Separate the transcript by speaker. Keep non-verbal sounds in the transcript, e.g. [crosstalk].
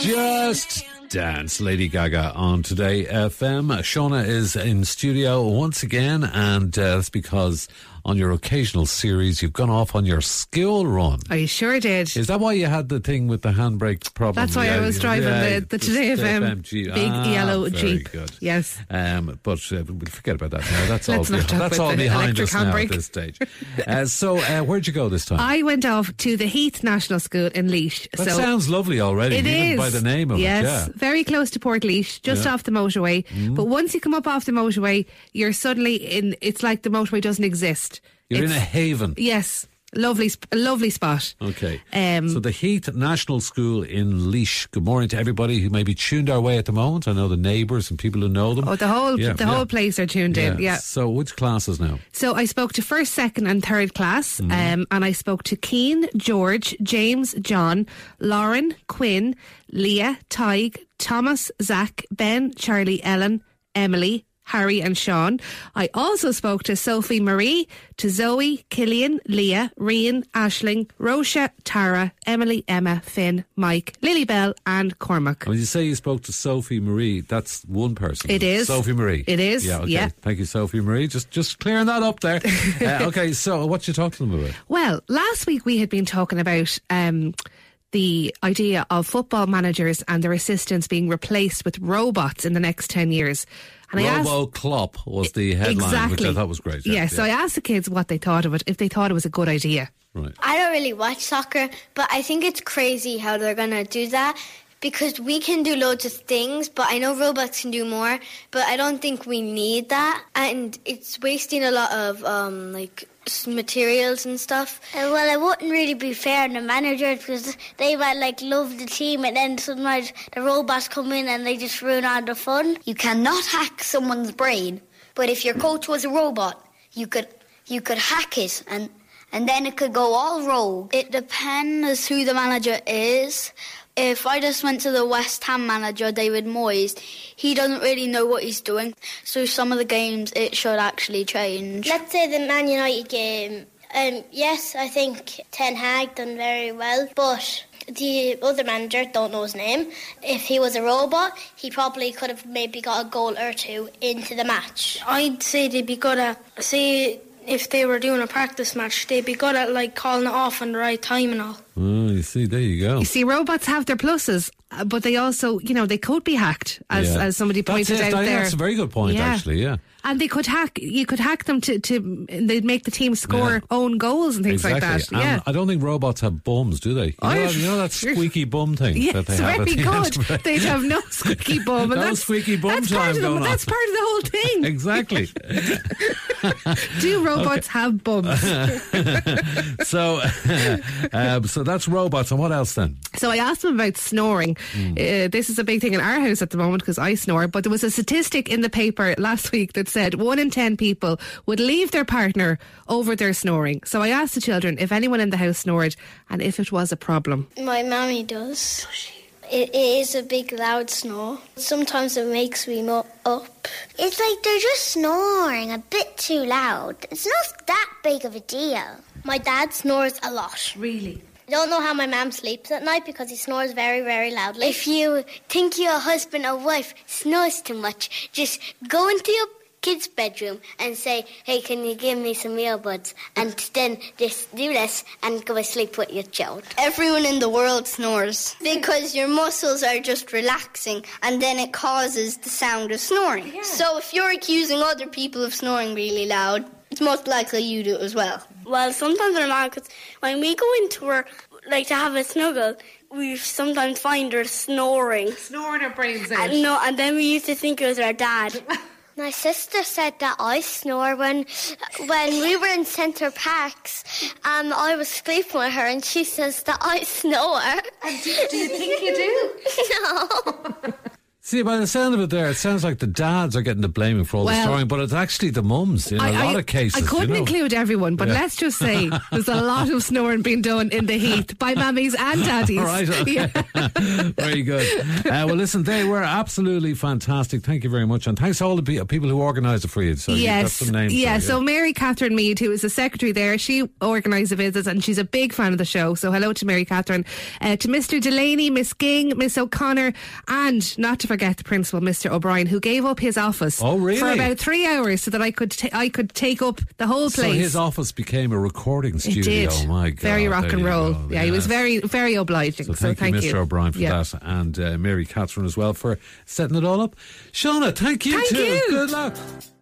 Speaker 1: Just Dance, Lady Gaga on Today FM. Shauna is in studio once again, and uh, that's because on your occasional series, you've gone off on your skill run.
Speaker 2: I Oh, sure did.
Speaker 1: Is that why you had the thing with the handbrake problem?
Speaker 2: That's why I was driving the, the Today
Speaker 1: uh,
Speaker 2: FM
Speaker 1: Jeep.
Speaker 2: big
Speaker 1: Ah,
Speaker 2: yellow
Speaker 1: very
Speaker 2: Jeep.
Speaker 1: good.
Speaker 2: Yes.
Speaker 1: Um, but uh, we'll forget about that now. That's all.
Speaker 2: Let's
Speaker 1: behind-
Speaker 2: not talk
Speaker 1: that's
Speaker 2: about
Speaker 1: all
Speaker 2: the
Speaker 1: behind
Speaker 2: electric
Speaker 1: us now at
Speaker 2: handbrake.
Speaker 1: this stage. Uh, so, uh, where'd you go this
Speaker 2: [laughs]
Speaker 1: time?
Speaker 2: I went off to the Heath National School in Leash.
Speaker 1: that
Speaker 2: so
Speaker 1: sounds lovely already,
Speaker 2: it
Speaker 1: even
Speaker 2: is
Speaker 1: by the name of
Speaker 2: yes,
Speaker 1: it. Yeah. Mm-hmm.
Speaker 2: very close to Port Leash, just off the motorway. But once you come up off the motorway, you're suddenly in. It's like the motorway doesn't exist.
Speaker 1: You're in
Speaker 2: It's-
Speaker 1: a haven.
Speaker 2: yes, lovely, sp- a lovely spot.
Speaker 1: Okay.
Speaker 2: Um,
Speaker 1: so the Heath National School in Leash. Good morning to everybody who may be tuned our way at the moment. I know the neighbours and people who know them.
Speaker 2: Oh, the whole
Speaker 1: Yeah,
Speaker 2: the
Speaker 1: yeah.
Speaker 2: whole place are tuned in. Yeah.
Speaker 1: So which classes now?
Speaker 2: So I spoke to first, second, and third class, um, and I spoke to Keen, George, James, John, Lauren, Quinn, Leah, Tig, Thomas, Zach, Ben, Charlie, Ellen, Emily. Harry and Sean. I also spoke to Sophie Marie, to Zoe, Killian, Leah, Rian, Ashling, Rosha, Tara, Emily, Emma, Finn, Mike, Lily Bell, and Cormac.
Speaker 1: When you say you spoke to Sophie Marie, that's one person.
Speaker 2: It is.
Speaker 1: Sophie Marie.
Speaker 2: It is,
Speaker 1: Yeah. Okay.
Speaker 2: yeah.
Speaker 1: Thank you, Sophie Marie. Just just clearing that up
Speaker 2: [laughs]
Speaker 1: there. uh, okay. So what you talk to them about?
Speaker 2: Well, last week we had been talking about um, the idea of football managers and their assistants being replaced with robots in the next 10 years. And
Speaker 1: Robo Klopp was the headline,
Speaker 2: exactly.
Speaker 1: which I thought was great.
Speaker 2: Yeah, so I asked the kids what they thought of it, if they thought it was a good idea.
Speaker 1: right.
Speaker 3: I don't really watch soccer, but I think it's crazy how they're gonna do that because we can do loads of things, but I know robots can do more, but I don't think we need that, and it's wasting a lot of um like s- materials and stuff.
Speaker 4: Uh, well, it wouldn't really be fair on the managers because they might like love the team, and then sometimes the robots come in and they just ruin all the fun.
Speaker 5: You cannot hack someone's brain, but if your coach was a robot, you could you could hack it and and then it could go all rogue.
Speaker 4: It depends who the manager is. If I just went to the West Ham manager, David Moyes, he doesn't really know what he's doing. So some of the games, it should actually change.
Speaker 5: Let's say the Man United game. Um, yes, I think Ten Hag done very well, but the other manager don't know his name. If he was a robot, he probably could have maybe got a goal or two into the match.
Speaker 6: I'd say they'd be good at say if they were doing a practice match, they'd be good at like calling it off on the right time and all.
Speaker 1: Oh, you see, there you go.
Speaker 2: You see, robots have their pluses, uh, but they also, you know, they could be hacked, as,
Speaker 1: Yeah.
Speaker 2: as somebody
Speaker 1: That's
Speaker 2: pointed
Speaker 1: it,
Speaker 2: out
Speaker 1: Diane,
Speaker 2: there.
Speaker 1: that's a very good point, actually, yeah.
Speaker 2: And they could hack, you could hack them to, to and they'd make the team score
Speaker 1: Yeah.
Speaker 2: own goals and things
Speaker 1: exactly.
Speaker 2: like that.
Speaker 1: And
Speaker 2: yeah.
Speaker 1: I don't think robots have bums, do they? You know,
Speaker 2: I-
Speaker 1: that- you know
Speaker 2: [laughs]
Speaker 1: that squeaky bum thing
Speaker 2: Yes,
Speaker 1: that they have at
Speaker 2: very
Speaker 1: the end
Speaker 2: good.
Speaker 1: of it?
Speaker 2: They'd have no [laughs]
Speaker 1: [laughs]
Speaker 2: squeaky bum. And
Speaker 1: No
Speaker 2: that's,
Speaker 1: squeaky bum
Speaker 2: that's
Speaker 1: time
Speaker 2: part of the,
Speaker 1: going on.
Speaker 2: That's part of the whole
Speaker 1: [laughs] [laughs]
Speaker 2: thing.
Speaker 1: Exactly.
Speaker 2: Do robots
Speaker 1: [laughs]
Speaker 2: have bums?
Speaker 1: so, [laughs] um, so that's robots. And what else then?
Speaker 2: so I asked them about snoring.
Speaker 1: Hmm.
Speaker 2: Uh, this is a big thing in our house at the moment because I snore. But there was a statistic in the paper last [laughs] week that said one in ten people would leave their partner over their snoring. So I asked the children if anyone in the house snored and if it was a problem.
Speaker 4: My mammy does. It, it is a big loud snore. Sometimes it makes me mo- up.
Speaker 5: It's like they're just snoring a bit too loud. It's not that big of a deal.
Speaker 4: My dad snores a lot.
Speaker 2: Really?
Speaker 4: I don't know how my mum sleeps at night because he snores very, very loudly.
Speaker 5: If you think your husband or wife snores too much, just go into your kid's bedroom and say, hey, can you give me some earbuds? And then just do this and go to sleep with your child.
Speaker 4: Everyone in the world snores because your muscles are just relaxing and then it causes the sound of snoring. So if you're accusing other people of snoring really loud, it's most likely you do as well.
Speaker 6: Well, sometimes they're mad 'cause when we go into her, like to have a snuggle, we sometimes find her snoring.
Speaker 2: Snoring our brains out.
Speaker 6: And, no, and then we used to think it was our dad.
Speaker 5: My sister said that I snore when when we were in Centre Parks. Um, I was sleeping with her, and she says that I snore. [laughs]
Speaker 2: do you think you do?
Speaker 5: no.
Speaker 1: See, by the sound of it there, it sounds like the dads are getting the blaming for all the
Speaker 2: Well-
Speaker 1: story, but it's actually the mums in a
Speaker 2: I-
Speaker 1: lot
Speaker 2: I-
Speaker 1: of cases.
Speaker 2: I couldn't
Speaker 1: you know.
Speaker 2: include everyone, but
Speaker 1: Yeah.
Speaker 2: let's
Speaker 1: [laughs]
Speaker 2: just say there's a lot of snoring being done in the heat by mummies and daddies.
Speaker 1: All right. okay.
Speaker 2: [laughs] Yeah.
Speaker 1: [laughs] very
Speaker 2: [laughs]
Speaker 1: good. Uh, well, listen, they were absolutely fantastic. Thank you very much. And thanks to all the pe- people who organised it for you. So you've got
Speaker 2: Yes.
Speaker 1: some names.
Speaker 2: yeah.
Speaker 1: there,
Speaker 2: So Mary Catherine Mead, who is the secretary there, she organised the visits and she's a big fan of the show. So hello to Mary Catherine, uh, to Mr. Delaney, Miss Ging, Miss O'Connor, and not to forget the principal, Mr. O'Brien, who gave up his office
Speaker 1: Oh, really?
Speaker 2: for about three hours so that I could ta- I could take up the whole
Speaker 1: So
Speaker 2: place.
Speaker 1: his office became a recording
Speaker 2: It
Speaker 1: studio. Oh
Speaker 2: did.
Speaker 1: My God.
Speaker 2: Very rock
Speaker 1: there
Speaker 2: and
Speaker 1: you
Speaker 2: roll.
Speaker 1: go.
Speaker 2: Yeah, he was
Speaker 1: Yes.
Speaker 2: very, very obliging. So
Speaker 1: So
Speaker 2: thank,
Speaker 1: thank, you, Mr. O'Brien, for
Speaker 2: Yeah.
Speaker 1: that, and uh, Mary Catherine as well for setting it all up. Shauna, thank you
Speaker 2: Thank
Speaker 1: too.
Speaker 2: you.
Speaker 1: Good luck.